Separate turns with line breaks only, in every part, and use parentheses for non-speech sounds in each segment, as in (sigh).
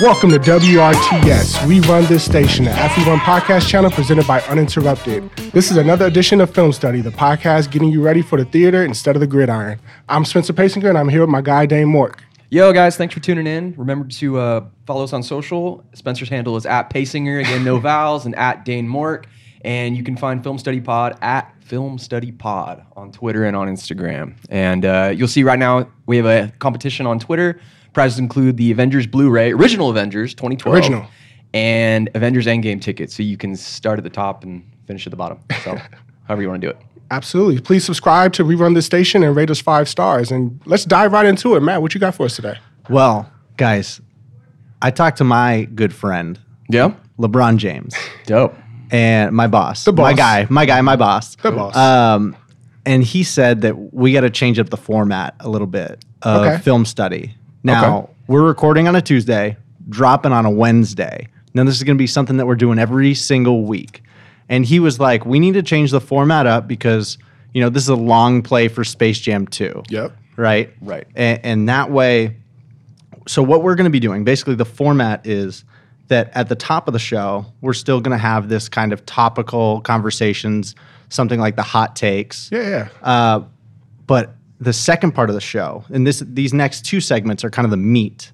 Welcome to WRTS. We run this station, the Everyone Podcast Channel, presented by Uninterrupted. This is another edition of Film Study, the podcast getting you ready for the theater instead of the gridiron. I'm Spencer Pasinger, and I'm here with my guy Dane Mork.
Yo, guys, thanks for tuning in. Remember to uh, follow us on social. Spencer's handle is at Pasinger, again, no vowels, and at Dane Mork. And you can find Film Study Pod at Film Study Pod on Twitter and on Instagram. And uh, you'll see right now we have a competition on Twitter. Prizes include the Avengers Blu ray, original Avengers 2012.
Original.
And Avengers Endgame tickets. So you can start at the top and finish at the bottom. So, however you want to do it.
Absolutely. Please subscribe to Rerun This Station and rate us five stars. And let's dive right into it. Matt, what you got for us today?
Well, guys, I talked to my good friend,
Yeah.
LeBron James,
Dope.
and my boss, the my
boss.
guy, my guy, my boss,
The boss.
Um, and he said that we got to change up the format a little bit of
Okay.
film study. Now
Okay.
we're recording on a Tuesday, dropping on a Wednesday. Now this is going to be something that we're doing every single week. And he was like, "We need to change the format up because you know this is a long play for Space Jam 2."
Yep.
right?
Right.
A- And, that way, so what we're going to be doing, basically, the format is that at the top of the show, we're still going to have this kind of topical conversations, something like the hot takes.
Yeah, yeah.
Uh, but the second part of the show, and this these next two segments are kind of the meat.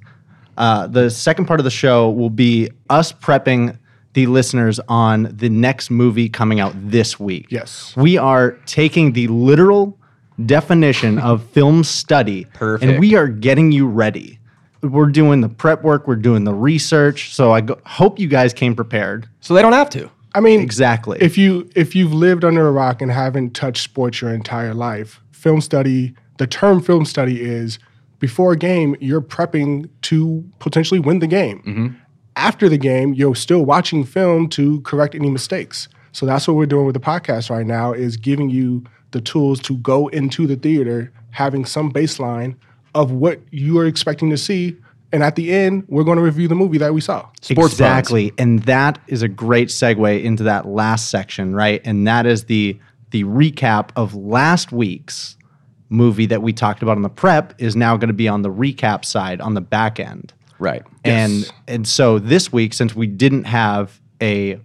Uh, the second part of the show will be us prepping the listeners on the next movie coming out this week.
Yes.
we are taking the literal definition of film study,
Perfect.
and we are getting you ready. We're doing the prep work. We're doing the research. So I go- hope you guys came prepared.
So they don't have to.
I mean,
Exactly.
If you if you've lived under a rock and haven't touched sports your entire life, film study, the term film study is before a game, you're prepping to potentially win the game. After the game, you're still watching film to correct any mistakes. So that's what we're doing with the podcast right now is giving you the tools to go into the theater having some baseline of what you are expecting to see. And at the end, we're going to review the movie that we saw.
Sports puns.
exactly, and that is a great segue into that last section, right? And that is the the recap of last week's movie that we talked about on the prep is now going to be on the recap side on the back end,
Right.
and and so this week since we didn't have a,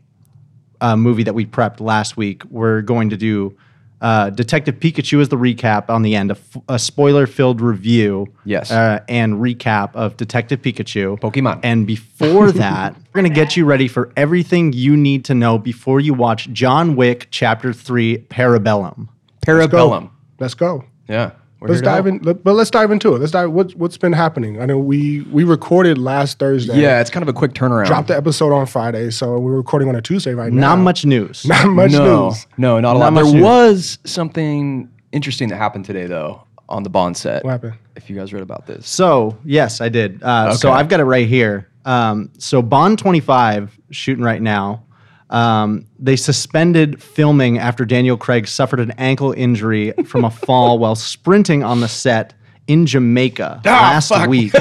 uh movie that we prepped last week, we're going to do. Uh, Detective Pikachu is the recap on the end, a, f- a spoiler-filled review,
Yes.
uh, and recap of Detective Pikachu,
Pokemon.
and before that, we're going to get you ready for everything you need to know before you watch John Wick Chapter 3 Parabellum.
Parabellum.
Let's go.
Yeah. We're
Let's
here to help.
dive in, let- but let's dive into it. Let's dive. What, what's been happening? I know we we recorded last Thursday.
Yeah, it's kind of a quick turnaround.
dropped the episode on Friday, so we're recording on a Tuesday right now.
Not much
(laughs)
news.
not much
no,
news.
no, not a
Not
lot.
much
There
news.
was something interesting that happened today, though, on the Bond set.
What happened?
If you guys read about this,
So, yes, I did. Uh, So,
Okay.
I've got it right here. Um, so, Bond 25, shooting right now, um, they suspended filming after Daniel Craig suffered an ankle injury from a fall while sprinting on the set in Jamaica last week.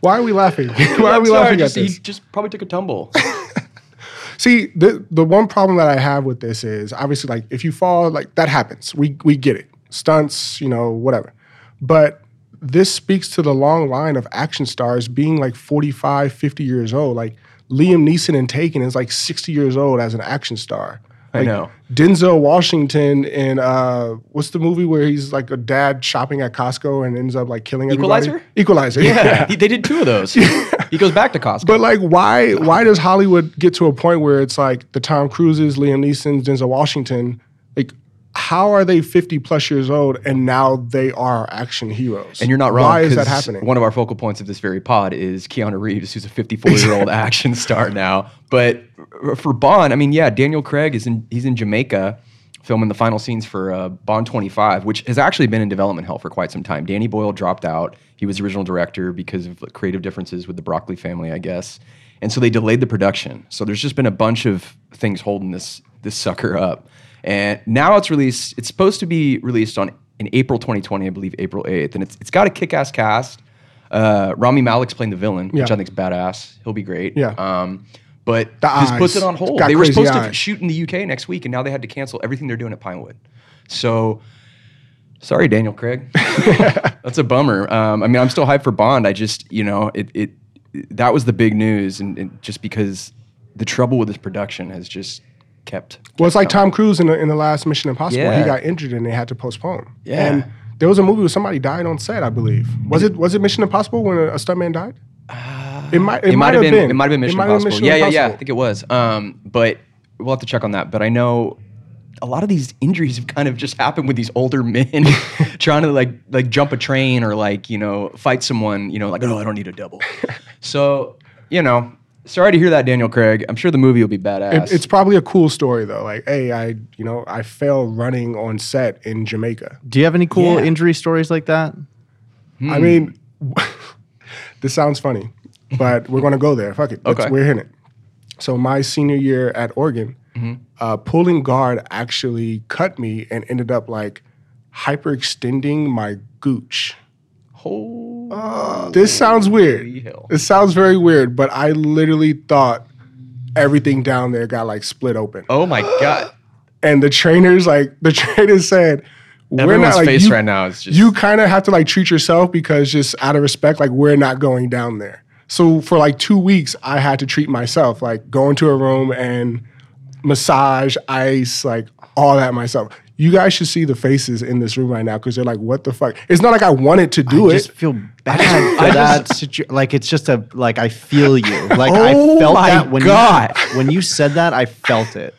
Why are we laughing? (laughs) Why are we
Sorry,
laughing
just,
at this?
He just probably took
(laughs)
a tumble.
See, the the one problem that I have with this is obviously like if you fall, like that happens. We we get it. Stunts, you know, whatever. But this speaks to the long line of action stars being like 45, 50 years old. Like Liam Neeson in Taken is like 60 years old as an action star.
I
Like, (laughs)
know.
Denzel Washington in uh, what's the movie where he's like a dad shopping at Costco and ends up like killing everybody?
Equalizer?
Equalizer.
yeah, he, they did two of those. He goes back to Costco.
(laughs) But like, why why does Hollywood get to a point where it's like the Tom Cruises, Liam Neeson's, Denzel Washington, like how are they fifty plus years old and now they are action heroes?
and you're not wrong.
Why is that
'cause
happening?
One of our focal points of this very pod is Keanu Reeves, who's a 54 year
(laughs)
old action star now. But r- for Bond, I mean, yeah, Daniel Craig is in. He's in Jamaica, filming the final scenes for uh, Bond 25, which has actually been in development hell for quite some time. Danny Boyle dropped out. He was the original director because of creative differences with the Broccoli family, I guess. And so they delayed the production. So there's just been a bunch of things holding this this sucker up. And now it's released. It's supposed to be released on in April 2020, I believe April 8th, and it's it's got a kick-ass cast. Uh, Rami Malek's playing the villain, which
Yeah.
I think is badass. He'll be great.
Yeah.
Um, but
The
this puts
eyes.
it on hold.
Got
They were
crazy
supposed to
eyes.
shoot in the UK next week, and now they had to cancel everything they're doing at Pinewood. So, sorry, Daniel Craig.
(laughs)
That's a bummer. Um, I mean, I'm still hyped for Bond. I just, you know, it, it that was the big news, and, and just because the trouble with this production has just kept.
Well, it's like Tom Cruise in the, in the last Mission Impossible.
Yeah.
He got injured and they had to postpone.
Yeah.
And there was a movie where somebody died on set, I believe. Was it was it Mission Impossible when a, a stuntman died? it might it, might have been,
Uh, It might have been Mission
might have
Impossible. yeah, yeah, yeah. I
Impossible.
think it was. Um, but we'll have to check on that. But I know a lot of these injuries have kind of just happened with these
(laughs)
older men (laughs) trying to like like jump a train or like you know fight someone. You know, like oh, I don't need
(laughs)
a double. so you know, sorry to hear that, Daniel Craig. I'm sure the movie will be badass.
It- it's probably a cool story though. Like, hey, I you know I fell running on set in Jamaica.
Do you have any cool
Yeah.
injury stories like that?
Hmm.
I mean, (laughs) this sounds funny, but we're gonna go there. Fuck it. Let's-
Okay.
We're in it. So my senior year at Oregon,
Mm-hmm.
uh, pulling guard actually cut me and ended up like hyperextending my gooch.
Holy
Uh, This sounds weird.
hell.
It sounds very weird, but I literally thought everything down there got like split open.
Oh my
(gasps)
god.
And the trainers, like the (laughs) trainers said, we're
Everyone's
not like
face
you,
right now is just
you kind of have to like treat yourself because just out of respect, like we're not going down there. So for like two weeks, I had to treat myself, like go into a room and massage, ice, like all that myself. You guys should see the faces in this room right now because they're like, "What the fuck?" It's not like I wanted to do
I
it.
just feel bad for that situation. Like it's just a like I feel
(laughs)
you. Like I
Oh
felt
my
that when
God.
you when you said that I felt it.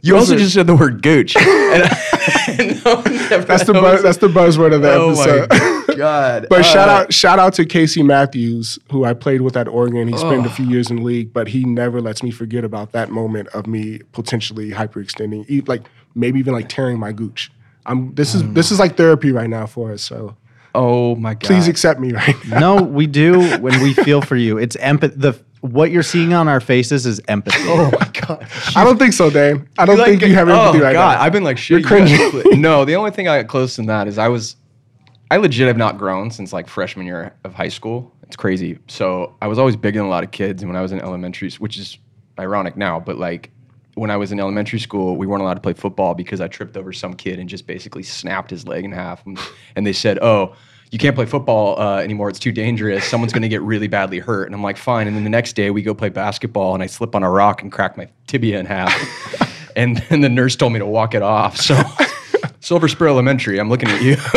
You also
are-
just said the
(laughs)
word gooch. And I- and (laughs) no one's ever
that's the
noticed.
buzz, that's the buzzword of the
Oh
episode. (laughs)
my god!
But
Uh,
shout out, shout out to Casey Matthews, who I played with at Oregon. He spent a few years in the league, but he never lets me forget about that moment of me potentially hyperextending, e- like maybe even like tearing my gooch. I'm this is this is like therapy right now for us. So
Oh my god!
please accept me right
(laughs)
now.
No, we do when we feel for you. It's empathy. The what you're seeing on our faces is empathy.
oh my god!
I don't think so, Dan. I don't think you have empathy
oh
right
god!
now.
I've been like shit.
You're
you got cli- no, the only thing I got close to that is I was, I legit have not grown since like freshman year of high school. It's crazy. So I was always bigger than a lot of kids, and when I was in elementary, s- which is ironic now, but like. When I was in elementary school, we weren't allowed to play football because I tripped over some kid and just basically snapped his leg in half. And, and they said, "Oh, you can't play football uh, anymore. It's too dangerous. Someone's going to get really badly hurt. And I'm like, fine. And then the next day we go play basketball and I slip on a rock and crack my tibia in half. and then the nurse told me to walk it off. So Silver Spur Elementary, I'm looking at you. (laughs)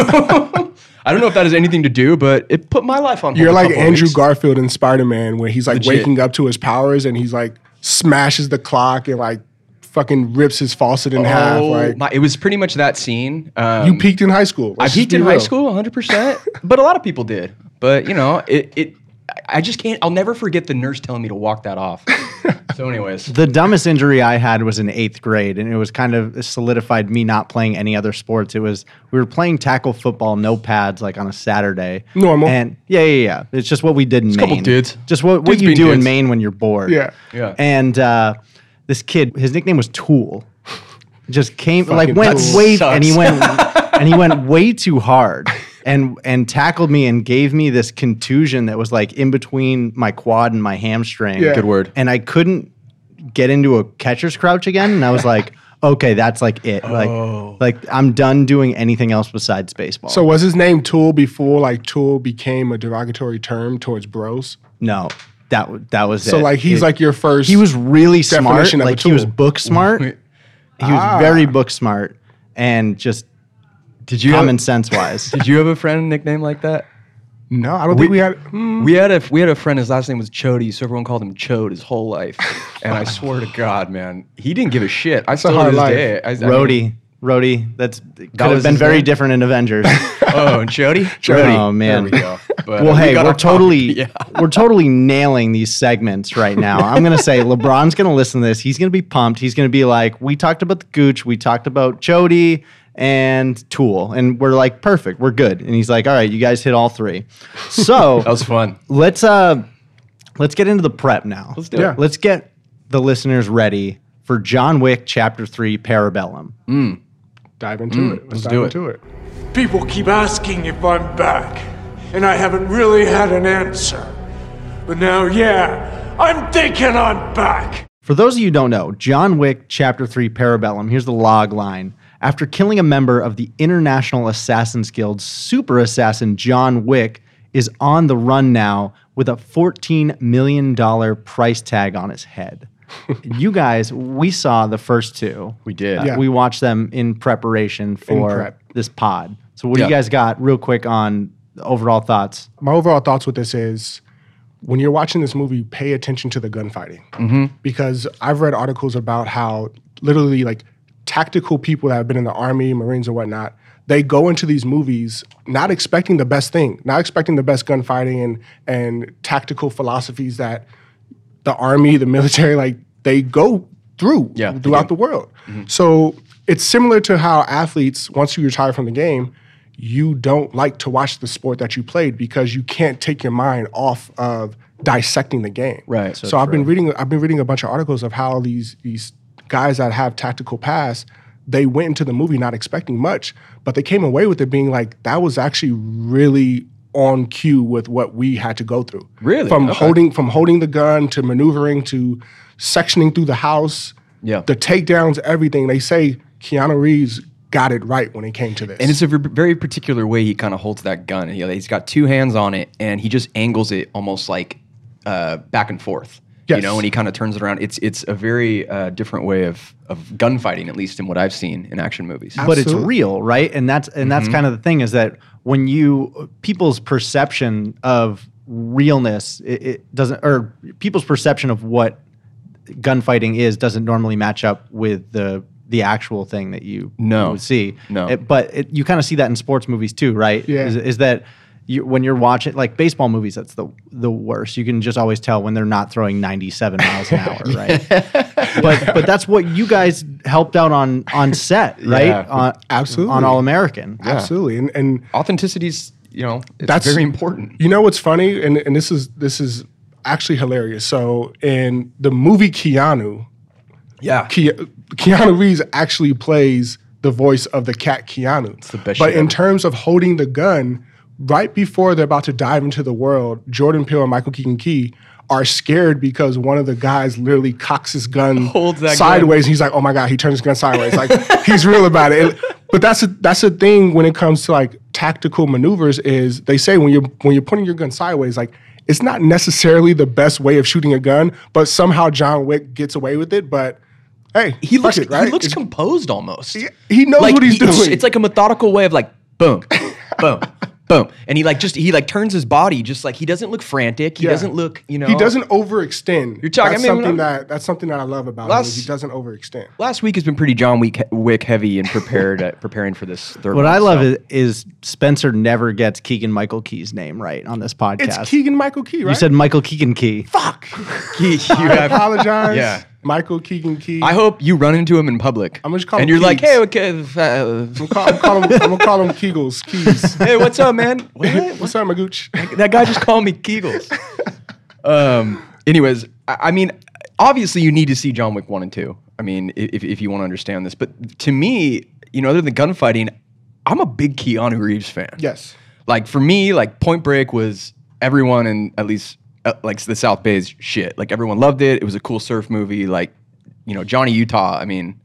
I don't know if that has anything to do, but it put my life on hold.
You're
a
like
couple
Andrew
weeks.
Garfield in Spider Man, where he's like
Legit.
waking up to his powers and he's like smashes the clock and like fucking rips his faucet in half.
Oh,
Like
my, it was pretty much that scene. Um,
you peaked in high school.
I
Let's just
peaked
be
in high
real.
school, 100,
(laughs)
percent but a lot of people did. But you know, it, it, I- I just can't. I'll never forget the nurse telling me to walk
(laughs)
that off. so, anyways,
The dumbest injury I had was in eighth grade, and it was kind of solidified me not playing any other sports. It was we were playing tackle football, no pads, like on a Saturday.
Normal.
And yeah, yeah, yeah. It's just what we did in Maine.
couple dudes.
Just what, what
Dudes
you
being
do in
dudes.
Maine when you're bored.
Yeah.
Yeah.
And uh, this kid, his nickname was Tool. Just came like
Fucking
went
Tool.
way
Sucks.
and he went and he went way too hard and and tackled me and gave me this contusion that was like in between my quad and my hamstring
Yeah. Good
word.
and I couldn't get into a catcher's crouch again. And I was like, (laughs) okay, that's like it. Like, like I'm done doing anything else besides baseball.
So was his name Tool before like Tool became a derogatory term towards bros?
no, that w- that was
So
it.
like he's
It-
like your first.
he was really smart.
definition of a
Like he was
tool.
book smart. he was very book smart and just
did you
common
have,
sense wise.
did you have a friend nickname like that?
no, I don't think we had. Hmm.
We had a we had a friend. His last name was Chody, so everyone called him Chode his whole life. And I swear to God, man, he didn't give a shit. I still
hard
to this
life.
day. I, I mean-
Rhodey. Rhodey. That's could have
was
been
his
very
name?
different in Avengers.
oh, and (laughs) Chody.
Rhodey.
Oh man.
There we go. But,
Well,
uh, we
hey,
got
we're
off topic.
totally
(laughs) Yeah.
we're totally nailing these segments right now. I'm
(laughs)
gonna say LeBron's gonna listen to this. He's gonna be pumped. He's gonna be like, we talked about the Gooch, we talked about Jody and Tool, and we're like, perfect, we're good. And he's like, all right, you guys hit all three. So
(laughs) That was fun.
let's uh let's get into the prep now.
Let's do
Yeah.
it.
Let's get the listeners ready for John Wick Chapter Three Parabellum.
Dive into it. Let's,
let's
dive
do it.
into it.
People keep asking if I'm back. and I haven't really had an answer. But now, yeah, I'm thinking I'm back.
For those of you who don't know, John Wick Chapter 3 Parabellum, here's the log line. After killing a member of the International Assassins Guild, super assassin John Wick is on the run now with a $14 million price tag on
(laughs)
his head. you guys, we saw the first two.
We did.
Uh,
Yeah.
We watched them in preparation for
prep.
this pod. So, what do you
Yeah.
guys got, real quick, on the overall thoughts?
my overall thoughts with this is when you're watching this movie, pay attention to the gunfighting. Because I've read articles about how literally like tactical people that have been in the army, marines or whatnot, they go into these movies not expecting the best thing, not expecting the best gunfighting and and tactical philosophies that the army, the military, like they go through
Yeah, they Mm-hmm.
throughout the world. So it's similar to how athletes, once you retire from the game, you don't like to watch the sport that you played because you can't take your mind off of dissecting the game.
Right.
So, I've been reading I've been reading a bunch of articles of how these these guys that have tactical pass, they went into the movie not expecting much, but they came away with it being like that was actually really on cue with what we had to go through.
Really?
From
Okay.
holding from holding the gun to maneuvering to sectioning through the house.
Yeah.
The takedowns, everything. They say Keanu Reeves got it right when it came to this.
And it's a v- very particular way he kind of holds that gun. You know, he's got two hands on it, and he just angles it almost like uh, back and forth. You
Yes.
know, and he kind of turns it around. It's it's a very uh, different way of of gunfighting, at least in what I've seen in action movies.
Ab-
but it's
Absolutely.
real, right? And that's and that's kind of the thing is that when you people's perception of realness, it, it doesn't, or people's perception of what gunfighting is doesn't normally match up with the the actual thing that you
No.
would see.
No.
It- but it, you kind of see that in sports movies too, right?
Yeah.
Is, is that you, when you're watching like baseball movies, that's the the worst. You can just always tell when they're not throwing 97 miles an hour, right? but but that's what you guys helped out on on set,
(laughs)
right?
Yeah.
on,
Absolutely.
on All American.
absolutely. And and
Authenticity's, you know, it's
That's-
very important.
You know what's funny, and and this is this is actually hilarious. So in the movie Keanu,
Yeah.
Ke- Keanu Reeves actually plays the voice of the cat Keanu. It's
the best
But
shit
in
ever.
terms of holding the gun, right before they're about to dive into the world, Jordan Peele and Michael Keaton Key are scared because one of the guys literally cocks his gun
Holds that gun.
sideways. He's like, "Oh my god!" He turns his gun sideways. Like he's real about it. And- but that's a, that's the thing when it comes to like tactical maneuvers is they say when you're when you're pointing your gun sideways, like it's not necessarily the best way of shooting a gun, but somehow John Wick gets away with it. But hey,
He looks
fuck it, right?
he looks
It's-
composed almost.
he knows
like,
what he's
he- it's-
doing.
It's, like a methodical way of like boom,
(laughs)
boom, boom, and he like just he like turns his body just like he doesn't look frantic. He
Yeah.
doesn't look you know
he doesn't overextend. You're
talking-
That's
I mean,
something
I'm-
that that's something that I love about him. Is
Last-
he doesn't overextend.
Last week has been pretty John Wick, Wick heavy and prepared uh, preparing for this third.
What
one,
I love
so.
is, is Spencer never gets Keegan Michael Key's name right on this
It's
podcast.
Keegan Michael Key, right?
you said Michael Keegan Key.
fuck.
He- (laughs) you
I
have-
apologize.
Yeah.
Michael Keegan Key.
I hope you run into him in public.
I'm just calling
and you're
him
like,
Keegs.
hey, okay, uh,
Call- I'm, call him, I'm gonna call him Kegels. Keys.
(laughs) hey, what's
(laughs)
up, man? What?
What's up, my gooch?
that guy just called me Kegels. (laughs) Um, anyways, I, I mean, obviously you need to see John Wick one and two. I mean, i- if, if you want to understand this, but to me, you know, other than gunfighting, I'm a big Keanu Reeves fan.
Yes.
Like for me, like Point Break was everyone in at least uh, like the South Bay's shit. Like everyone loved it. It was a cool surf movie. Like you know Johnny Utah. I mean.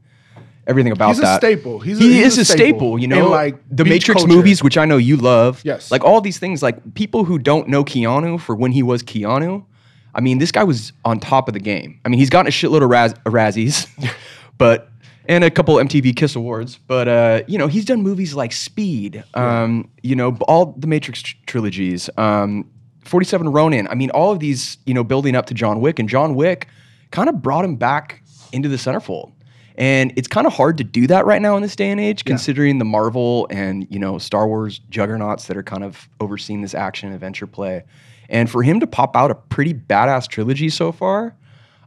Everything about
He's a
that.
staple. He's a-
he
he's
is a staple. You know,
in, like,
the
beach
Matrix
culture.
movies, which I know you love.
Yes.
Like all these things, like people who don't know Keanu for when he was Keanu, I mean, this guy was on top of the game. I mean, he's gotten a shitload of Raz- Razzies, but and a couple MTV Kiss Awards. But uh, you know, he's done movies like Speed, um, you know, b- all the Matrix tr- trilogies, um, 47 Ronin. I mean, all of these, you know, building up to John Wick, and John Wick kind of brought him back into the centerfold. And it's kind of hard to do that right now in this day and age, considering the Marvel and you know Star Wars juggernauts that are kind of overseeing this action adventure play. And for him to pop out a pretty badass trilogy so far,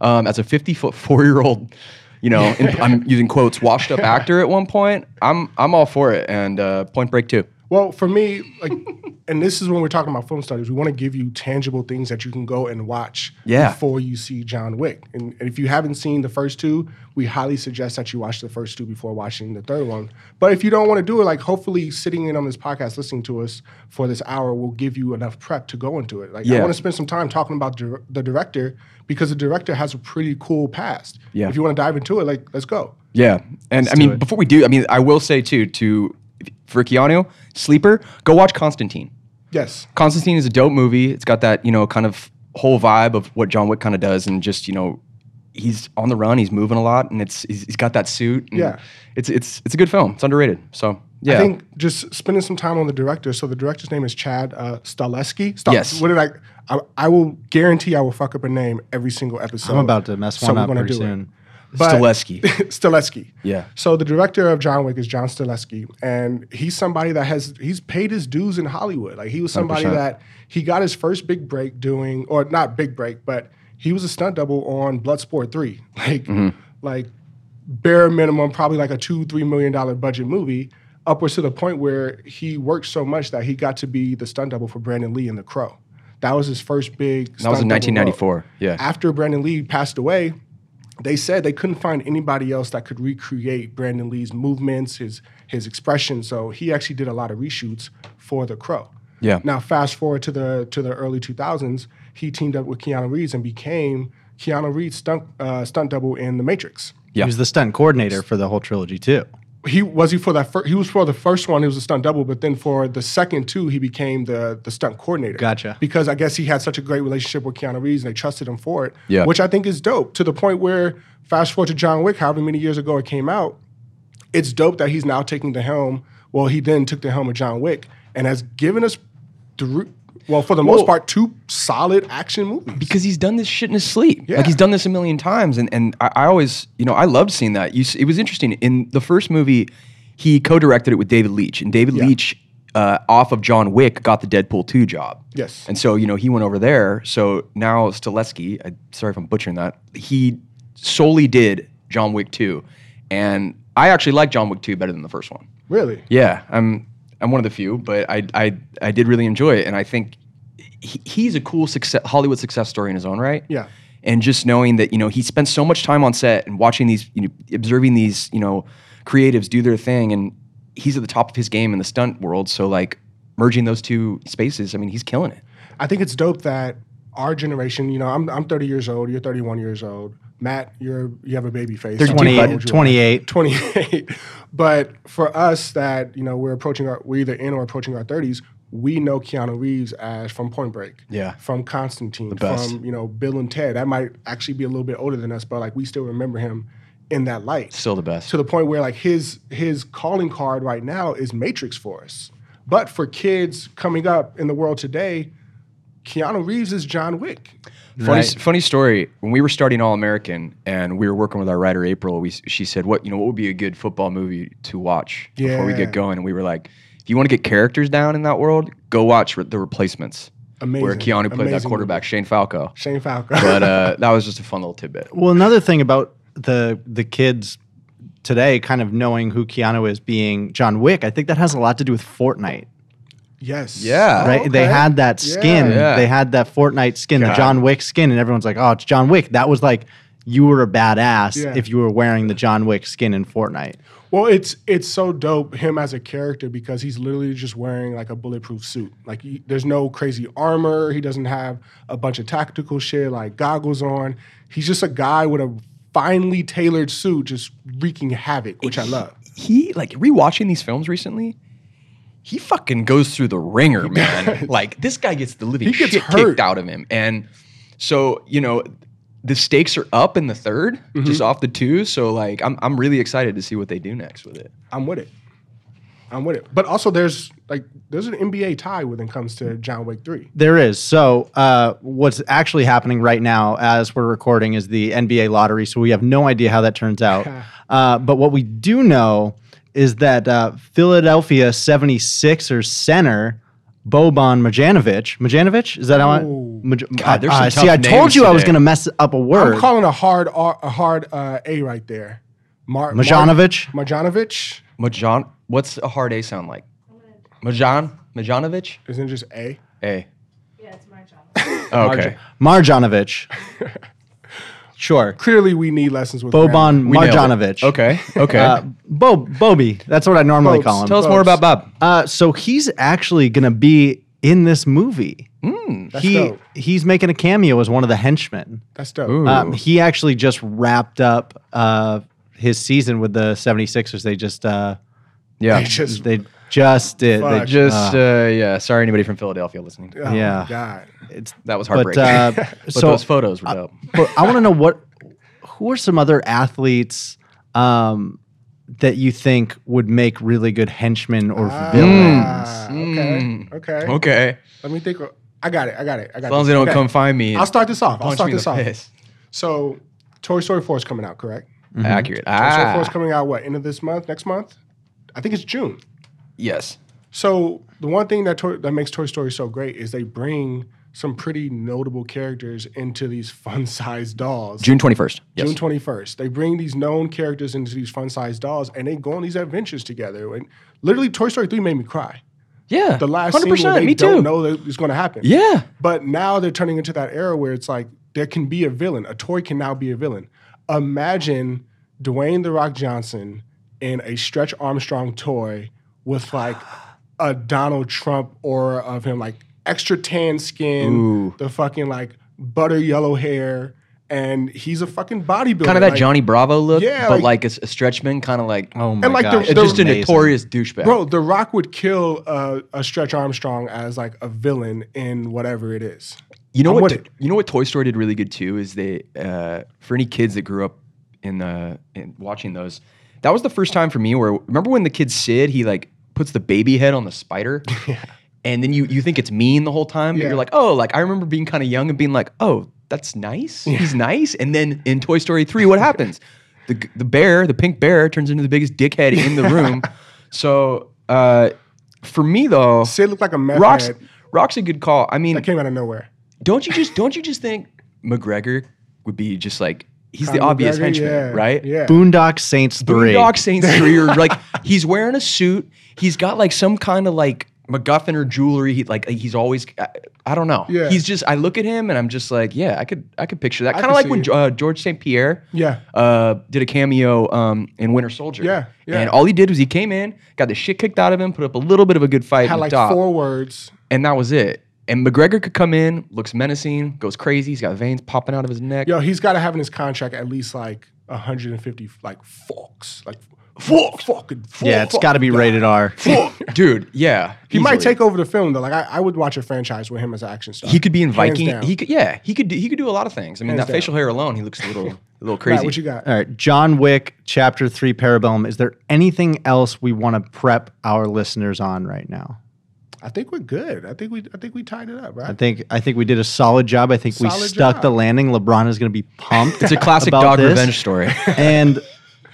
um, as a 50 (laughs) foot four year old, you know, (laughs) in, I'm using quotes, washed up actor at one point. I'm I'm all for it. And uh, Point Break too.
Well, for me, like, (laughs) and this is when we're talking about film studies. We want to give you tangible things that you can go and watch
Yeah.
before you see John Wick. And, and if you haven't seen the first two, we highly suggest that you watch the first two before watching the third one. But if you don't want to do it, like, hopefully, sitting in on this podcast, listening to us for this hour, will give you enough prep to go into it. Like, I
Yeah.
want to spend some time talking about dir- the director because the director has a pretty cool past.
Yeah.
If you want to dive into it, like, let's go.
Yeah, and I mean, before we do, I mean, I will say too to for Keanu sleeper, go watch Constantine.
Yes.
Constantine is a dope movie. It's got that you know kind of whole vibe of what John Wick kind of does, and just you know he's on the run, he's moving a lot, and it's he's, he's got that suit. and
Yeah.
it's it's it's a good film. It's underrated. So yeah,
I think just spending some time on the director. So the director's name is Chad uh, Staleski. Stal-
Yes.
What did I, I? I will guarantee I will fuck up a name every single episode.
I'm about to mess
So
one
we're
up
gonna
pretty
do it.
soon.
But- (laughs)
Stileski.
Stileski.
Yeah.
So the director of John Wick is John Stileski, and he's somebody that has he's paid his dues in Hollywood. Like he was somebody
100%.
that he got his first big break doing, or not big break, but he was a stunt double on Bloodsport three. (laughs) Like,
Mm-hmm.
like bare minimum, probably like a two three million dollar budget movie. Upwards to the point where he worked so much that he got to be the stunt double for Brandon Lee in The Crow. That was his first big.
That was in
stunt double role
1994. Yeah,
after Brandon Lee passed away, they said they couldn't find anybody else that could recreate Brandon Lee's movements, his his expression. So he actually did a lot of reshoots for The Crow.
Yeah.
Now fast forward to the to the early 2000s, he teamed up with Keanu Reeves and became Keanu Reeves' stunt uh, stunt double in The Matrix.
Yeah.
He was the stunt coordinator for the whole trilogy too.
He was he for that fir- he was for the first one he was a stunt double, but then for the second two he became the the stunt coordinator.
Gotcha.
Because I guess he had such a great relationship with Keanu Reeves and they trusted him for it.
Yeah.
Which I think is dope to the point where fast forward to John Wick, however many years ago it came out, it's dope that he's now taking the helm. Well, he then took the helm of John Wick and has given us through well for the most
Well-
part two solid action movies.
because he's done this shit in his sleep.
Yeah.
Like he's done this a million times, and and I, I always, you know, I loved seeing that. You, s- it was interesting in the first movie, he co-directed it with David Leitch, and David Leitch, uh, off of John Wick, got the Deadpool two job.
Yes.
and so you know he went over there. So now Stileski, I, sorry if I'm butchering that, he solely did John Wick two, and I actually like John Wick two better than the first one.
Really?
Yeah, I'm I'm one of the few, but I I I did really enjoy it, and I think he, he's a cool success Hollywood success story in his own right.
Yeah.
and just knowing that you know he spent so much time on set and watching these, you know, observing these, you know, creatives do their thing, and he's at the top of his game in the stunt world. So like merging those two spaces, I mean, he's killing it.
I think it's dope that our generation, you know, I'm, I'm 30 years old, you're 31 years old. Matt, you're you have a baby face. I don't know how
28,
old you are.
28.
28. (laughs) But for us that, you know, we're approaching our we're either in or approaching our 30s, we know Keanu Reeves as from Point Break.
Yeah.
From Constantine,
best.
from, you know, Bill and Ted. That might actually be a little bit older than us, but like we still remember him in that light
Still the best.
to the point where like his his calling card right now is Matrix for us. But for kids coming up in the world today, Keanu Reeves is John Wick.
Funny,
Right.
funny story. When we were starting All American and we were working with our writer April, we she said, "What you know, what would be a good football movie to watch before we
Yeah.
get going?" And we were like, "If you want to get characters down in that world, go watch Re- the Replacements,
Amazing.
where Keanu played that
Amazing
quarterback Shane Falco."
movie. Shane Falco.
But uh, that was just a fun little tidbit.
Well, another thing about the the kids today kind of knowing who Keanu is being John Wick, I think that has a lot to do with Fortnite.
(laughs) yes.
Yeah. Oh,
Right? They
okay.
had that
Yeah.
skin.
Yeah.
They had that Fortnite skin, the
God.
John Wick skin, and everyone's like, "Oh, it's John Wick." That was like you were a badass
Yeah.
if you were wearing the John Wick skin in Fortnite.
Well, it's it's so dope him as a character because he's literally just wearing like a bulletproof suit. Like he, there's no crazy armor. He doesn't have a bunch of tactical shit like goggles on. He's just a guy with a finely tailored suit, just wreaking havoc, which I love.
He like rewatching these films recently. He fucking goes through the ringer, man. (laughs) like this guy gets the living
He gets
shit
hurt.
kicked out of him, and so you know the stakes are up in the 3rd
Mm-hmm.
just off the two. So like, I'm I'm really excited to see what they do next with it.
I'm with it. I'm with it. But also, there's like there's an NBA tie when it comes to John Wick three.
There is. So, uh, what's actually happening right now as we're recording is the NBA lottery. So, we have no idea how that turns
(laughs)
out. uh, but what we do know is that uh, Philadelphia 76ers center, Boban Majanovic. Majanovic? Is that how I.
Ooh.
Maj-
God, there's some
see,
tough
I told
names
you I was
today.
going to mess up a word.
I'm calling a hard R, a hard uh, A right there. Mar- Mar-
Majanovic?
Marjanovic.
Majon, what's a hard A sound like? Majan Majanovic?
Isn't it just A?
Hey.
Yeah, it's my job.
Oh, Okay.
Marjanovic. sure.
Clearly, we need lessons with grammar.
Boban
We nailed it.
Marjanovic.
Okay. Okay.
Uh, Bo- Bobby. That's what I normally
Bobes.
call him.
Tell us more about Bob.
Uh, so he's actually going to be in this movie.
Hmm,
he
dope.
he's making a cameo as one of the henchmen.
That's dope. (laughs)
Um, he actually just wrapped up uh, his season with the 76ers. They just uh,
(laughs) Yeah.
They just
they just did. They
Fuck.
ju-
Just uh, yeah. Sorry, anybody from Philadelphia listening.
oh
Ah. yeah.
My God.
it's,
That was
but
heartbreaking.
uh,
(laughs) but
so
those photos were dope.
but I want to know what who are some other athletes um, that you think would make really good henchmen or villains?
Ah, okay.
Mm.
Okay.
Okay.
Let me think. of- I got it. I got it. I got
As
it.
long as they don't
Okay.
come find me. and
I'll start this off. I'll
punch
start
me in
this
the
off.
face.
So, Toy Story 4 is coming out, correct?
Accurate.
Toy Story 4 is
Ah.
coming out, what, end of this month, next month? I think it's June.
Yes.
So the one thing that Toy, that makes Toy Story so great is they bring some pretty notable characters into these (laughs) fun-sized dolls.
June twenty first. Yes.
June 21st. They bring these known characters into these fun-sized dolls, and they go on these adventures together. And literally, Toy Story 3 made me cry.
yeah.
The last
hundred
scene where
percent.
they
Me
don't
too.
know that it's going to happen.
Yeah.
But now they're turning into that era where it's like there can be a villain. A toy can now be a villain. Imagine Dwayne the Rock Johnson in a Stretch Armstrong toy with
(gasps)
like a Donald Trump aura of him, like extra tan skin,
Ooh.
the fucking like butter yellow hair, and he's a fucking bodybuilder.
Kind of that
like,
Johnny Bravo look,
Yeah,
but
like-
like, a, s- a stretchman, kind of like
Oh my
And like the-
gosh,
the-
just a
amazing.
notorious douchebag.
Bro, The Rock would kill uh, a Stretch Armstrong as like a villain in whatever it is.
You know
I'm
what?
with
you know what Toy Story did really good too is they uh, for any kids that grew up in the in watching those. That was the first time for me where remember when the kid Sid he like puts the baby head on
(laughs)
the spider. And then you you think it's mean the whole time, but
Yeah.
you're like, oh, like I remember being kind of young and being like, oh, that's nice. He's nice. And then in Toy Story three,
(laughs)
what happens? The g- the bear, the pink bear, turns into the biggest dickhead in the
(laughs)
room. so uh, for me though,
Sid looked like a meth
Rock's
head
Rock's a good call. I mean,
that came out of nowhere.
don't you just don't you just think McGregor would be just like he's the
Conor
obvious
McGregor,
henchman,
yeah,
right?
Yeah.
Boondock Saints three.
Boondock
(laughs)
Saints three, or like he's wearing a suit. He's got like some kind of like MacGuffin or jewelry. He like he's always I, I don't know.
Yeah.
He's just I look at him and I'm just like yeah I could I could picture that kind
could
of like
see
when
it.
uh, George St Pierre
Yeah.
uh, did a cameo um, in Winter Soldier.
Yeah, yeah.
And all he did was he came in, got the shit kicked out of him, put up a little bit of a good fight,
Had
and
like
stopped
four words.
and that was it. And McGregor could come in, looks menacing, goes crazy. He's got veins popping out of his neck.
Yo, he's got to have in his contract at least like 150 like forks, like fork, fucking fork.
Yeah, it's got to be
(laughs)
rated R.
Dude, yeah,
He might
easily.
take over the film though. Like I, I would watch a franchise with him as an action star.
He could be in
Hands
Viking.
down.
He could, yeah, he could. do- He could do a lot of things. I mean,
Hands
that
down.
facial hair alone, he looks a little, a little
Matt,
crazy.
what you got?
All right, John Wick Chapter Three Parabellum. Is there anything else we want to prep our listeners on right now?
I think we're good. I think we I think we tied it up,
I
right?
think I think we did a solid job. I think we
Solid
stuck
job.
the landing. LeBron is going to be pumped.
It's a classic
about
dog
this.
revenge story.
(laughs)
and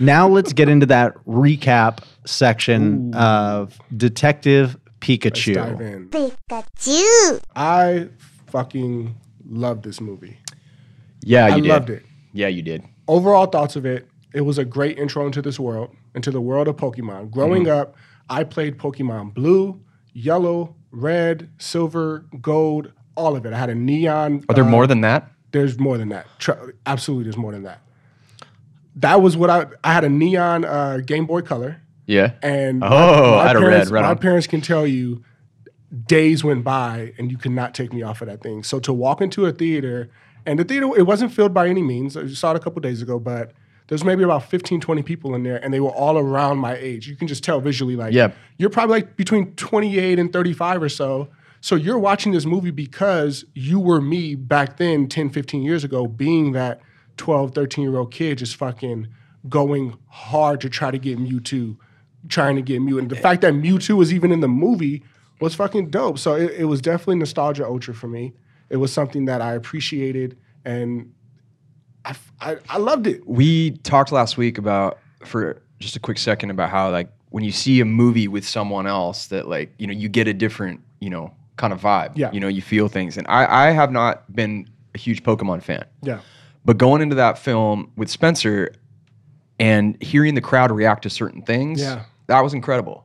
now let's get into that recap section of Detective Pikachu.
Dive in.
ピカチュウ
I fucking love this movie.
Yeah, you
I
did.
loved it.
Yeah, you did.
overall thoughts of it, it was a great intro into this world, into the world of Pokemon. Growing
Mm-hmm.
up, I played Pokemon Blue, Yellow, Red, Silver, Gold, all of it. I had a neon.
Are there
uh,
more than that?
There's more than that. Tr- absolutely, there's more than that. That was what I I had a neon uh, Game Boy Color,
Yeah.
and my-
Oh,
my
I had a red,
parents-
right
my
on.
parents can tell you days went by and you could not take me off of that thing. So to walk into a theater, and the theater, it wasn't filled by any means. I saw it a couple days ago, but there's maybe about 15, 20 people in there, and they were all around my age. You can just tell visually, like,
Yeah.
you're probably like between 28 and 35 or so. So you're watching this movie because you were me back then, 10, 15 years ago, being that 12, 13 year old kid just fucking going hard to try to get Mewtwo, trying to get Mew. And the fact that Mewtwo was even in the movie was fucking dope. So it, it was definitely nostalgia ultra for me. It was something that I appreciated and I, f- I- I loved it.
we talked last week about for just a quick second about how like when you see a movie with someone else that like you know you get a different you know kind of vibe
Yeah.
you know you feel things and i i have not been a huge pokemon fan
Yeah.
but going into that film with spencer and hearing the crowd react to certain things
Yeah.
that was incredible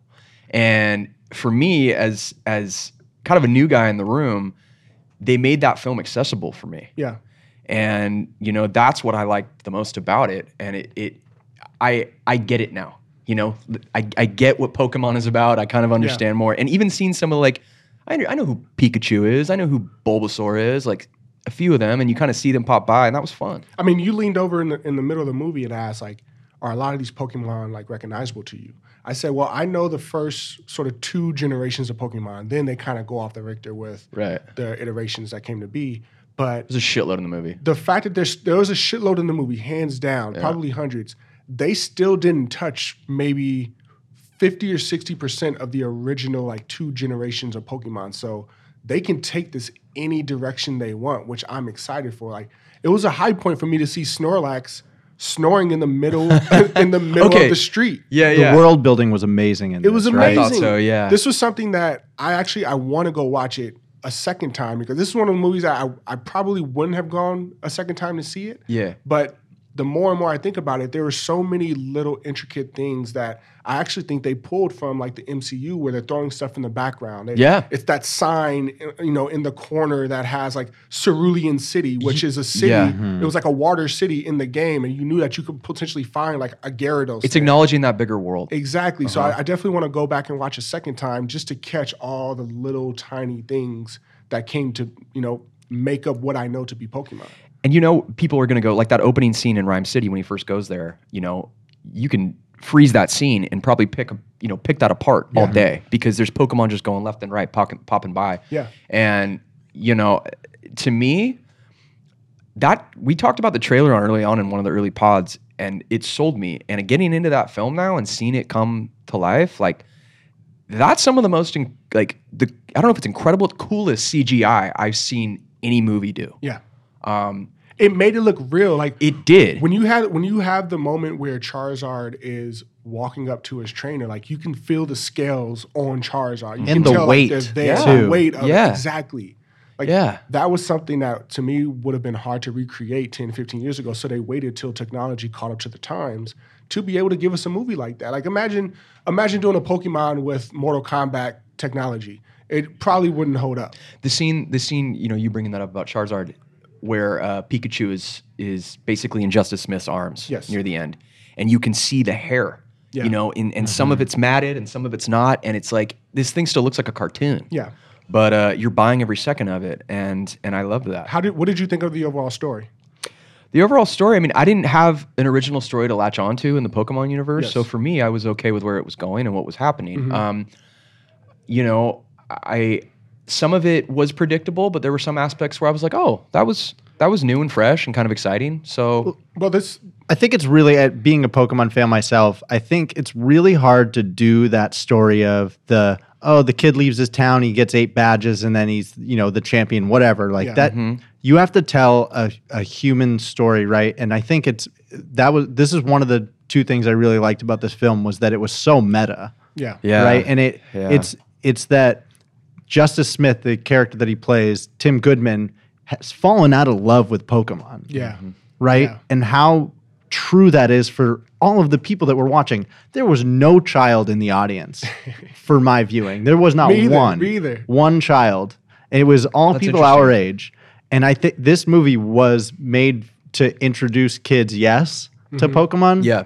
and for me as as kind of a new guy in the room, they made that film accessible for me.
Yeah.
and you know that's what I liked the most about it. And it, it I I get it now. You know, I, I get what Pokemon is about. I kind of understand more. And even seeing some of like, I kn- I know who Pikachu is. I know who Bulbasaur is. Like a few of them, and you kind of see them pop by, and that was fun.
I mean, you leaned over in the in the middle of the movie and asked, like, are a lot of these Pokemon like recognizable to you? I said, well, I know the first sort of two generations of Pokemon. Then they kind of go off the Richter with
Right.
the iterations that came to be. But
There's a shitload in the movie.
the fact that there's there was a shitload in the movie, hands down, probably hundreds, they still didn't touch maybe fifty or sixty percent of the original like two generations of Pokemon. So they can take this any direction they want, which I'm excited for. Like it was a high point for me to see Snorlax snoring in the
(laughs)
middle in the middle
Okay.
of the street.
Yeah,
The world building was amazing in
It was amazing.
I thought so, yeah.
This was something that I actually I want to go watch it a second time because this is one of the movies that I, I probably wouldn't have gone a second time to see it.
yeah.
But the more and more I think about it, there were so many little intricate things that I actually think they pulled from like the MCU where they're throwing stuff in the background. It-
Yeah.
It's that sign, you know, in the corner that has like Cerulean City, which is a city.
Yeah. Hmm.
It was like a water city in the game, and you knew that you could potentially find like a Gyarados.
It's uh-huh.
there.
acknowledging that bigger world.
Exactly. So I, I definitely want to go back and watch a second time just to catch all the little tiny things that came to, you know, make up what I know to be Pokemon.
And you know, people are going to go like that opening scene in Rhyme City when he first goes there. You know, you can freeze that scene and probably pick a- you know pick that apart all day because there's Pokemon just going left and right, popping popping by.
Yeah.
And you know, to me, that we talked about the trailer on early on in one of the early pods, and it sold me. And getting into that film now and seeing it come to life, like that's some of the most in, like the I don't know if it's incredible, coolest CGI I've seen any movie do.
Yeah.
Um,
It made it look real. Like
it did.
when you had when you have the moment where Charizard is walking up to his trainer, like you can feel the scales on Charizard. You can
the weight,
like, they're there,
too.
the weight of
Yeah.
exactly. Like
Yeah.
that was something that to me would have been hard to recreate 10, 15 years ago. So they waited till technology caught up to the times to be able to give us a movie like that. Like imagine imagine doing a Pokemon with Mortal Kombat technology. It probably wouldn't hold up.
The scene, the scene, you know, you bringing that up about Charizard, where uh, Pikachu is is basically in Justice Smith's arms
Yes.
near the end, and you can see the hair,
Yeah.
you know, and, and some of it's matted and some of it's not, and it's like this thing still looks like a cartoon.
Yeah.
But uh, you're buying every second of it, and and I love that.
How did what did you think of the overall story?
The overall story, I mean, I didn't have an original story to latch onto in the Pokemon universe,
Yes. Mm-hmm.
so for me, I was okay with where it was going and what was happening. Um, you know, I some of it was predictable, but there were some aspects where I was like, oh, that was that was new and fresh and kind of exciting. So
Well, this
I think it's really at being a Pokemon fan myself. I think it's really hard to do that story of the oh the kid leaves his town, he gets eight badges, and then he's you know the champion, whatever. Like
Yeah.
that, you have to tell a, a human story, right? And I think it's that was this is one of the two things I really liked about this film was that it was so meta
yeah.
yeah,
right? And it
Yeah.
it's it's that Justice Smith, the character that he plays, Tim Goodman, has fallen out of love with Pokemon.
Yeah.
Right?
Yeah.
And how true that is for all of the people that were watching. There was no child in
(laughs)
the audience for my viewing. There was not
Me either,
one.
me either.
One child. And it was all
That's
people our
interesting.
age. And I think this movie was made to introduce kids, yes, to Pokemon
Mm-hmm. yeah.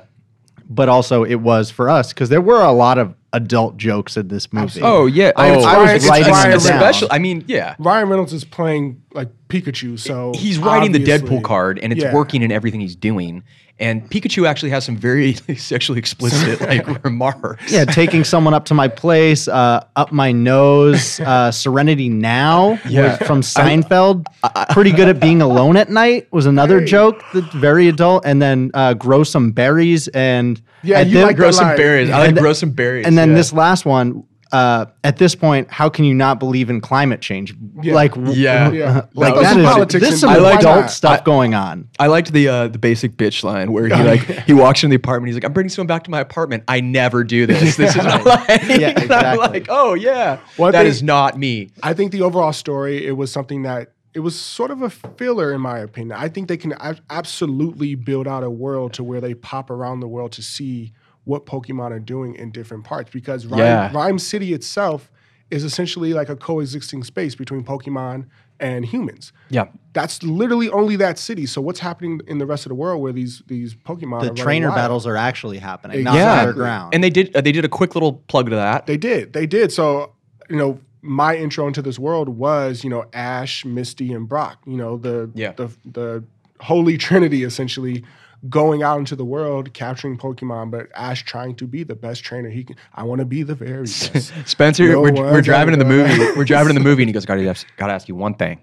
but also it was for us because there were a lot of adult jokes in this movie.
Oh yeah,
I-
oh,
I was writing
it's-
them
it's
down.
special. I mean, yeah.
Ryan Reynolds is playing like Pikachu, so
He's writing the
obviously-
Deadpool card, and it's
Yeah.
working in everything he's doing. And Pikachu actually has some very (laughs) sexually explicit like remarks.
yeah, (laughs) taking someone up to my place, uh, up my nose, uh, Serenity Now
Yeah.
was from Seinfeld. Pretty good at being alone at night was another joke that's very adult. And then uh, grow some berries and
Yeah,
and
you
then-
like
grow
that
some
line.
berries. I like
And-
grow some berries.
And then
yeah.
this last one. Uh, at this point, how can you not believe in climate change? Like, w-
Yeah.
Yeah.
(laughs) like
Those
that is
politics
there's
in
some
there. Why
adult
not?
stuff going on.
I liked the uh, the basic bitch line where he
Oh,
like he walks into the apartment. He's like, "I'm bringing someone back to my apartment. I never do this. This is
(laughs)
not (laughs) like."
Yeah,
And I'm
exactly.
like, "Oh yeah,
Well, I
that
think-
is not me."
I think the overall story, it was something that it was sort of a filler, in my opinion. I think they can ab- absolutely build out a world to where they pop around the world to see what Pokemon are doing in different parts because Rhyme,
Yeah.
Rhyme City itself is essentially like a coexisting space between Pokemon and humans.
Yeah.
That's literally only that city. So what's happening in the rest of the world where these these Pokemon are
The
running
trainer
wild?
battles are actually happening,
Exactly.
not underground.
And they did uh, they did a quick little plug to that.
They did. They did. So, you know, my intro into this world was, you know, Ash, Misty, and Brock, you know, the
Yeah.
the the holy trinity essentially going out into the world capturing Pokemon, but Ash trying to be the best trainer he can. I want to be the
(laughs)
very best.
Spencer,
No
we're,
one's
we're driving in the
ever
movie.
gonna-
We're driving in the movie, and he goes, "Gotta ask, gotta ask you one thing.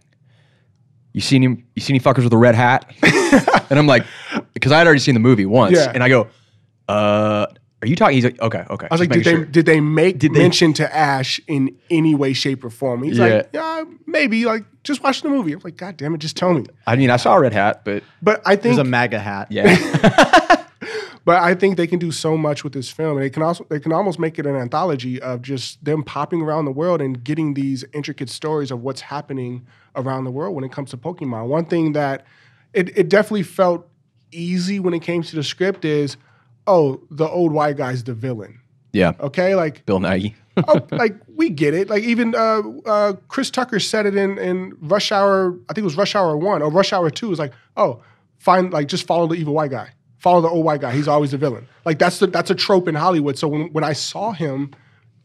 You seen him? You seen any fuckers with a red
(laughs)
hat?" and I'm like, because I had already seen the movie once,
Yeah.
and I go, "Uh, are you talking?" He's like, "Okay, okay."
I was like, did they did they make
they-
mention to Ash in any way, shape, or form? He's like, yeah, maybe. Like, just watch the movie. I'm like, God damn it, just tell me.
I mean, I saw a red hat, but
But I
There's
think
a MAGA hat.
(laughs)
yeah,
But I think they can do so much with this film, and they can also they can almost make it an anthology of just them popping around the world and getting these intricate stories of what's happening around the world when it comes to Pokemon. One thing that it, it definitely felt easy when it came to the script is, oh, the old white guy's the villain.
yeah.
Okay, like
Bill Nighy.
oh, like we get it. Like even uh, uh, Chris Tucker said it in in Rush Hour. I think it was Rush Hour One or Rush Hour Two. Is like, oh, find like just follow the evil white guy, follow the old white guy. He's always the villain. Like that's the that's a trope in Hollywood. So when when I saw him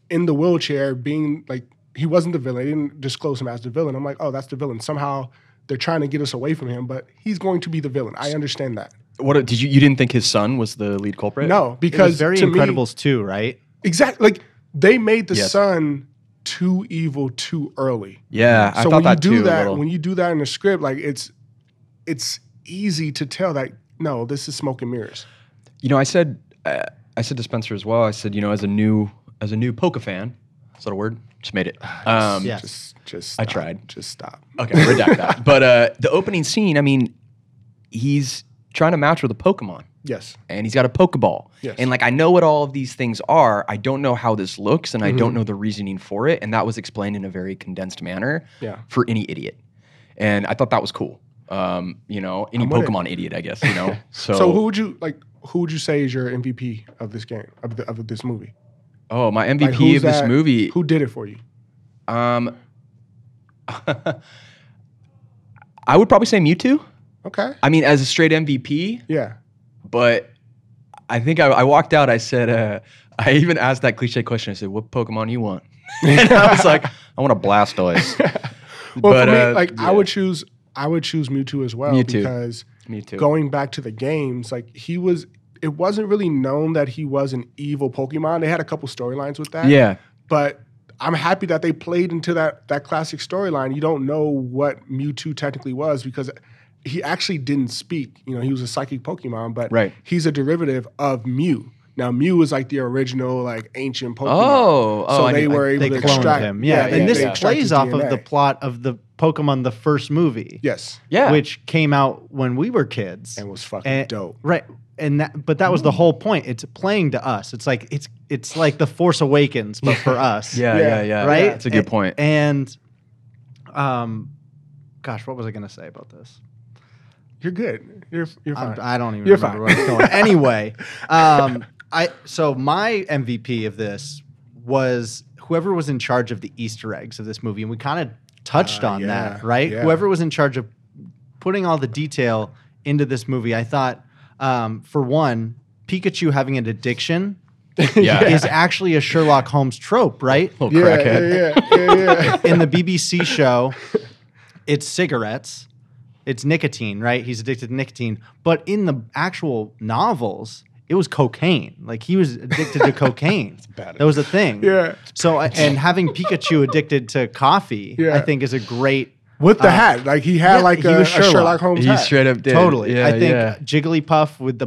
in the wheelchair being like he wasn't the villain, they didn't disclose him as the villain. I'm like, oh, that's the villain. Somehow they're trying to get us away from him, but he's going to be the villain. I understand that.
What a- did you? You didn't think his son was the lead culprit?
No,
It was
because
very
to me-
Incredibles too, right?
Exactly. Like they made the
Yes.
son too evil too early.
Yeah, I
so
thought
when you
that
do
too. a
that,
little.
when you do that in the script, like it's it's easy to tell that no, this is smoke and mirrors.
you know, I said, uh, I said to Spencer as well. I said, you know, as a new, as a new Poke fan, is that a word? Just
(sighs)
made it. Um,
Yes.
Just just
I
stop.
tried.
Just stop.
Okay,
(laughs)
redact that. But uh, the opening scene, I mean, he's trying to match with a Pokemon,
Yes.
and he's got a Pokeball.
Yes.
And like, I know what all of these things are. I don't know how this looks, and I don't
Mm-hmm.
know the reasoning for it. And that was explained in a very condensed manner
Yeah.
for any idiot. And I thought that was cool. Um, you know, any
with it.
Pokemon idiot, I guess.
(laughs)
You know. So,
So who would you like who would you say is your MVP of this game of, the, of this movie?
oh, my
Like,
MVP
who's
of this
that-
movie.
Who did it for you?
Um, (laughs) I would probably say Mewtwo.
Okay.
I mean, as a straight MVP,
Yeah.
but I think I, I walked out. I said, uh, I even asked that cliche question. I said, "What Pokemon you want?" (laughs) and I was like, "I want a
(laughs)
Blastoise."
Well
But,
for me,
uh,
like
yeah.
I would choose I would choose Mewtwo as well
Mewtwo.
because
Me too.
going back to the games, like he was, it wasn't really known that he was an evil Pokemon. They had a couple storylines with that.
yeah,
But I'm happy that they played into that that classic storyline. You don't know what Mewtwo technically was because he actually didn't speak. You know, he was a psychic Pokemon, but
Right.
he's a derivative of Mew. Now Mew is like the original, like ancient Pokemon.
Oh, oh,
so
I
they
knew- I-
were able
They
to
cloned
extract
him. Yeah,
yeah,
they-
yeah,
and this
they
yeah.
extracted
plays off of the
DNA.
plot of the Pokemon the first movie,
yes,
yeah.
which came out when we were kids.
and was fucking
and,
dope.
Right. And that but that was the whole point. It's playing to us. It's like it's it's like the Force Awakens, but for us.
yeah, yeah,
yeah,
yeah,
Right?
That's a good point.
And um gosh, what was I gonna say about this?
You're good. You're you're fine.
I'm, I do not even
You're
remember
fine.
where
(laughs)
I was going. anyway, um, I so my MVP of this was whoever was in charge of the Easter eggs of this movie, and we kind of touched
Ah,
on that,
yeah,
right?
yeah.
Whoever was in charge of putting all the detail into this movie, I thought, um, for one, Pikachu having an addiction
yeah,
(laughs) is actually a Sherlock Holmes trope, right?
little
yeah,
crackhead.
yeah, yeah, yeah, yeah.
in the BBC show, it's cigarettes, it's nicotine, right? He's addicted to nicotine. But in the actual novels, it was cocaine. Like he was addicted
(laughs)
to cocaine. That was a thing.
Yeah.
So I- and having Pikachu addicted to coffee, I
Yeah.
think is a great.
with the
Uh,
hat. Like he had
yeah,
like
he
a,
was
a
Sherlock.
Sherlock. Holmes
He
hat.
straight up did.
Totally.
Yeah,
I think
yeah.
Jigglypuff with the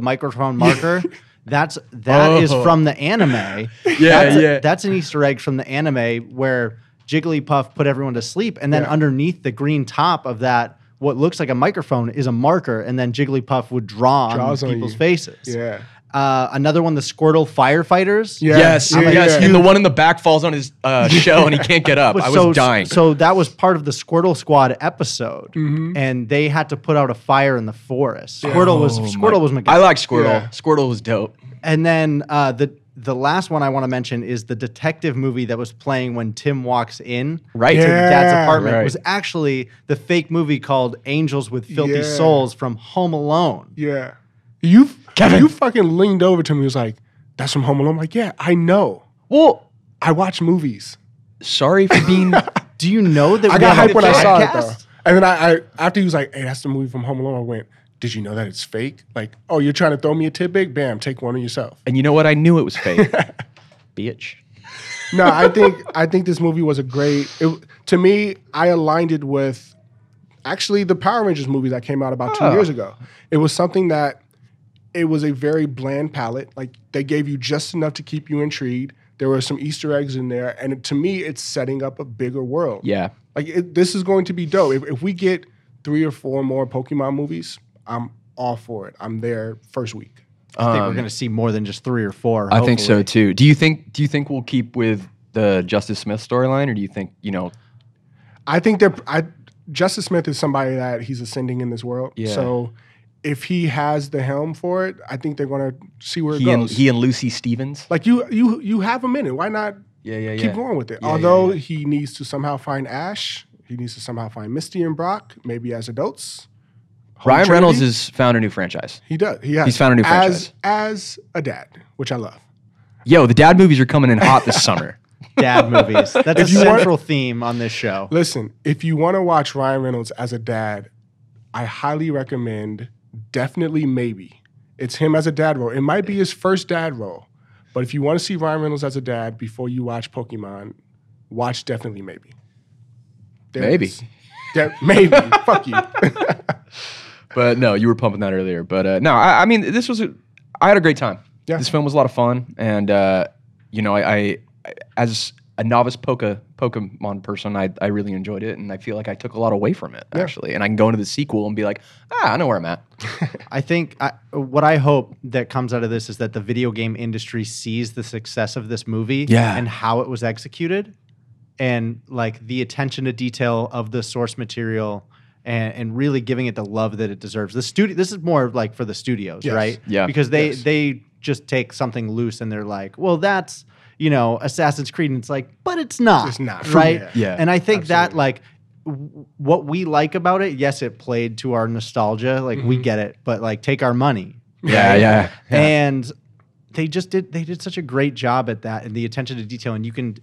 (laughs)
microphone marker. That's that is
Oh.
from the anime.
Yeah,
that's a-
yeah.
that's an Easter egg from the anime where Jigglypuff put everyone to sleep, and then
Yeah.
underneath the green top of that, what looks like a microphone is a marker, and then Jigglypuff would draw
Draws
on
on
people's
you.
faces.
Yeah.
Uh, another one, the Squirtle firefighters.
Yeah.
Yes,
Yeah,
yes.
yeah.
And the one in the back falls on his
(laughs)
uh, shell and he can't get up. I was
so,
dying.
So that was part of the Squirtle Squad episode,
Mm-hmm.
and they had to put out a fire in the forest. Squirtle was
Oh
Squirtle was my guy.
I like Squirtle.
Yeah.
Squirtle was dope.
and then uh, the the last one I want to mention is the detective movie that was playing when Tim walks in
Right.
to
Yeah.
Dad's apartment
Right.
was actually the fake movie called Angels with Filthy
Yeah.
Souls from Home Alone.
Yeah. You
Kevin.
you fucking leaned over to me and was like, that's from Home Alone. I'm like, yeah, I know.
Well,
I watch movies.
sorry for (laughs) being.
Do you know that
I
we
got
have a
hyped when I saw it though.
podcast?
And then I, I after he was like, hey, that's the movie from Home Alone, I went, did you know that it's fake? Like, oh, you're trying to throw me a tidbit? Bam, take one of yourself.
and you know what? I knew it was fake. (laughs) Bitch.
no, I think I think this movie was a great. It, to me, I aligned it with actually the Power Rangers movie that came out about two
Oh.
years ago. It was something that it was a very bland palette. Like they gave you just enough to keep you intrigued. There were some Easter eggs in there, and to me, it's setting up a bigger world.
Yeah.
like it, this is going to be dope. If, if we get three or four more Pokemon movies, I'm all for it. I'm there first week.
I think we're going to see more than just three or four.
Um, I think so
hopefully.
too. Do you think? Do you think we'll keep with the Justice Smith storyline, or do you think you know?
I think they're I Justice Smith is somebody that he's ascending in this world.
Yeah.
So if he has the helm for it, I think they're gonna see where it
He and,
goes.
he and Lucy Stevens.
like you you you have a minute. Why not
Yeah, yeah,
keep going with it?
Yeah, yeah,
Although
yeah.
he needs to somehow find Ash, he needs to somehow find Misty and Brock, maybe as adults. Home
Ryan
Trinity.
Reynolds has found a new franchise.
he does. He has
he's found a new
as, as a dad, which I love.
Yo, the dad movies are coming in hot (laughs) this summer.
Dad movies. That's a
you want-
central theme on this show.
Listen, if you want to watch Ryan Reynolds as a dad, I highly recommend definitely maybe. It's him as a dad role. It might be his first dad role, but if you want to see Ryan Reynolds as a dad before you watch Pokemon, watch definitely maybe. There it
Maybe.
is. De- maybe. (laughs) Fuck you.
But no, you were pumping that earlier. But uh, no, I, I mean, this was a, I had a great time.
Yeah.
This film was a lot of fun, and uh, you know, I, I as a novice poka Pokemon person, I, I really enjoyed it, and I feel like I took a lot away from it actually. And I can go into the sequel and be like, ah, I know where I'm at.
I think I, what I hope that comes out of this is that the video game industry sees the success of this movie
Yeah.
and how it was executed and like the attention to detail of the source material and, and really giving it the love that it deserves. The studio this is more like for the studios,
Yes.
right?
Yeah.
Because they
Yes.
they just take something loose and they're like, well, that's you know, Assassin's Creed, and it's like, but it's not,
It's not.
right?
Yeah.
Yeah.
and I think that
Absolutely.
like w- what we like about it, yes, it played to our nostalgia. Like we
Mm-hmm.
get it, but like take our money.
Yeah, yeah.
And they just did they did such a great job at that and the attention to detail and you can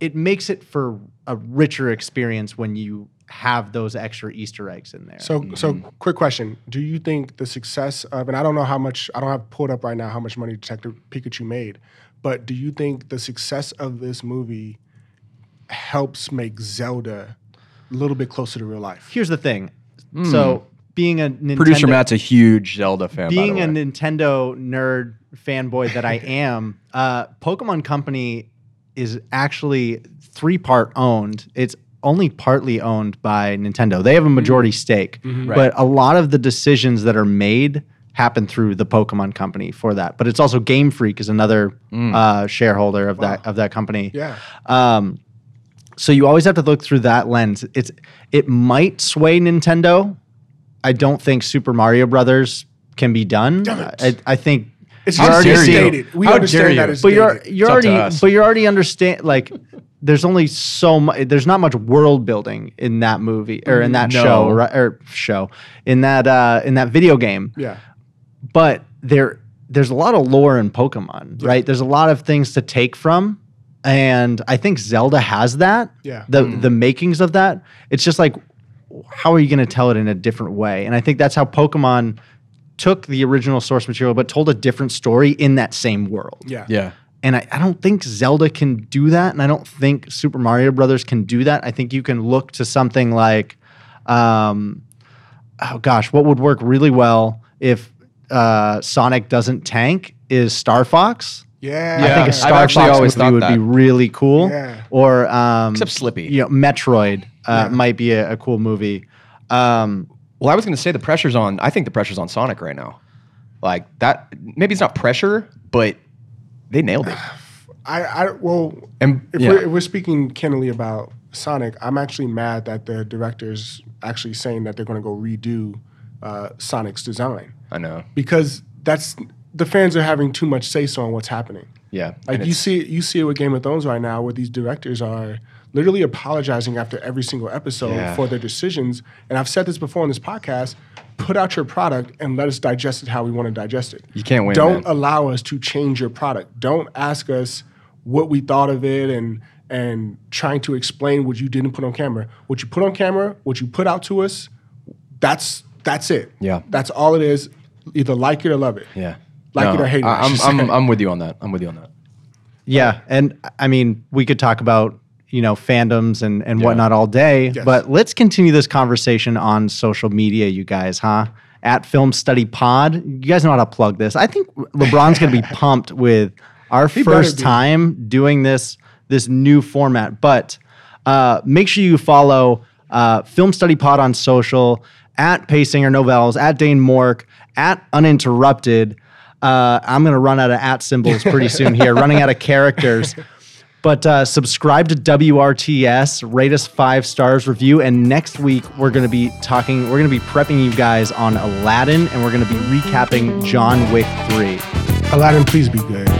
it makes it for a richer experience when you have those extra Easter eggs in there.
So, so
Mm-hmm.
quick question: Do you think the success of, and I don't know how much, I don't have pulled up right now how much money Detective Pikachu made, but do you think the success of this movie helps make Zelda a little bit closer to real life?
here's the thing.
Hmm.
So being a Nintendo,
Producer Matt's a huge Zelda fan.
being
by
a
the way.
Nintendo nerd
(laughs)
fanboy that I am, uh, Pokemon Company is actually three part owned. It's only partly owned by Nintendo. They have a majority stake,
Mm-hmm. Right.
but a lot of the decisions that are made happen through the Pokemon Company for that. But it's also Game Freak is another
Mm.
uh, shareholder of that of that company.
Yeah,
Um, so you always have to look through that lens. It's it might sway Nintendo. I don't think Super Mario Brothers can be done.
Damn it.
I, I think
it's
How
just
dare you.
dated. We
How dare
understand that
you.
it's
but you're
dated.
you're
It's up to
already
us.
but you already understand like there's only so much there's not much world building in that movie or in that
No.
show or, or show in that uh in that video game
yeah,
but there there's a lot of lore in Pokemon, right? There's a lot of things to take from, and I think Zelda has that.
Yeah.
The
Hmm.
the makings of that. It's just like how are you going to tell it in a different way? And I think that's how Pokemon took the original source material but told a different story in that same world.
yeah,
yeah.
And I, I don't think Zelda can do that. And I don't think Super Mario Brothers can do that. I think you can look to something like, um, oh gosh, what would work really well if uh, Sonic doesn't tank is Star Fox.
yeah.
I think a
I've
Star
actually
Fox
always
movie
thought
would
that.
be really cool.
Yeah.
Or um,
Except Slippy.
You know, Metroid uh, might be a, a cool movie. Um,
Well, I was going to say the pressure's on. I think the pressure's on Sonic right now. Like that, maybe it's not pressure, but they nailed it.
I, I well,
And
if,
yeah.
we're, if we're speaking candidly about Sonic, I'm actually mad that the director's actually saying that they're going to go redo uh, Sonic's design
I know.
because that's the fans are having too much say so on what's happening.
Yeah.
Like
and
you
it's-
see, you see it with Game of Thrones right now, where these directors are literally apologizing after every single episode
Yeah.
for their decisions. And I've said this before on this podcast: put out your product and let us digest it how we want to digest it.
You can't win,
Don't
man.
allow us to change your product. Don't ask us what we thought of it and and trying to explain what you didn't put on camera. What you put on camera, what you put out to us, that's that's it.
Yeah.
that's all it is. Either like it or love it.
yeah.
like it or hate it, I
I, am
should
I'm,
say.
I'm with you on that. I'm with you on that.
Yeah, and I mean, we could talk about you know fandoms and and whatnot all day, but let's continue this conversation on social media, you guys, huh? At Film Study Pod, you guys know how to plug this. I think LeBron's going to be pumped with our first
be.
time doing this this new format. But uh, make sure you follow uh, Film Study Pod on social at Paysinger Novels, at Dane Mork, at Uninterrupted. Uh, I'm going to run out of at symbols pretty soon here, running out of characters. But uh, subscribe to WRTS, rate us five stars, review, and next week we're going to be talking, we're going to be prepping you guys on Aladdin, and we're going to be recapping John Wick 3.
Aladdin, please be good.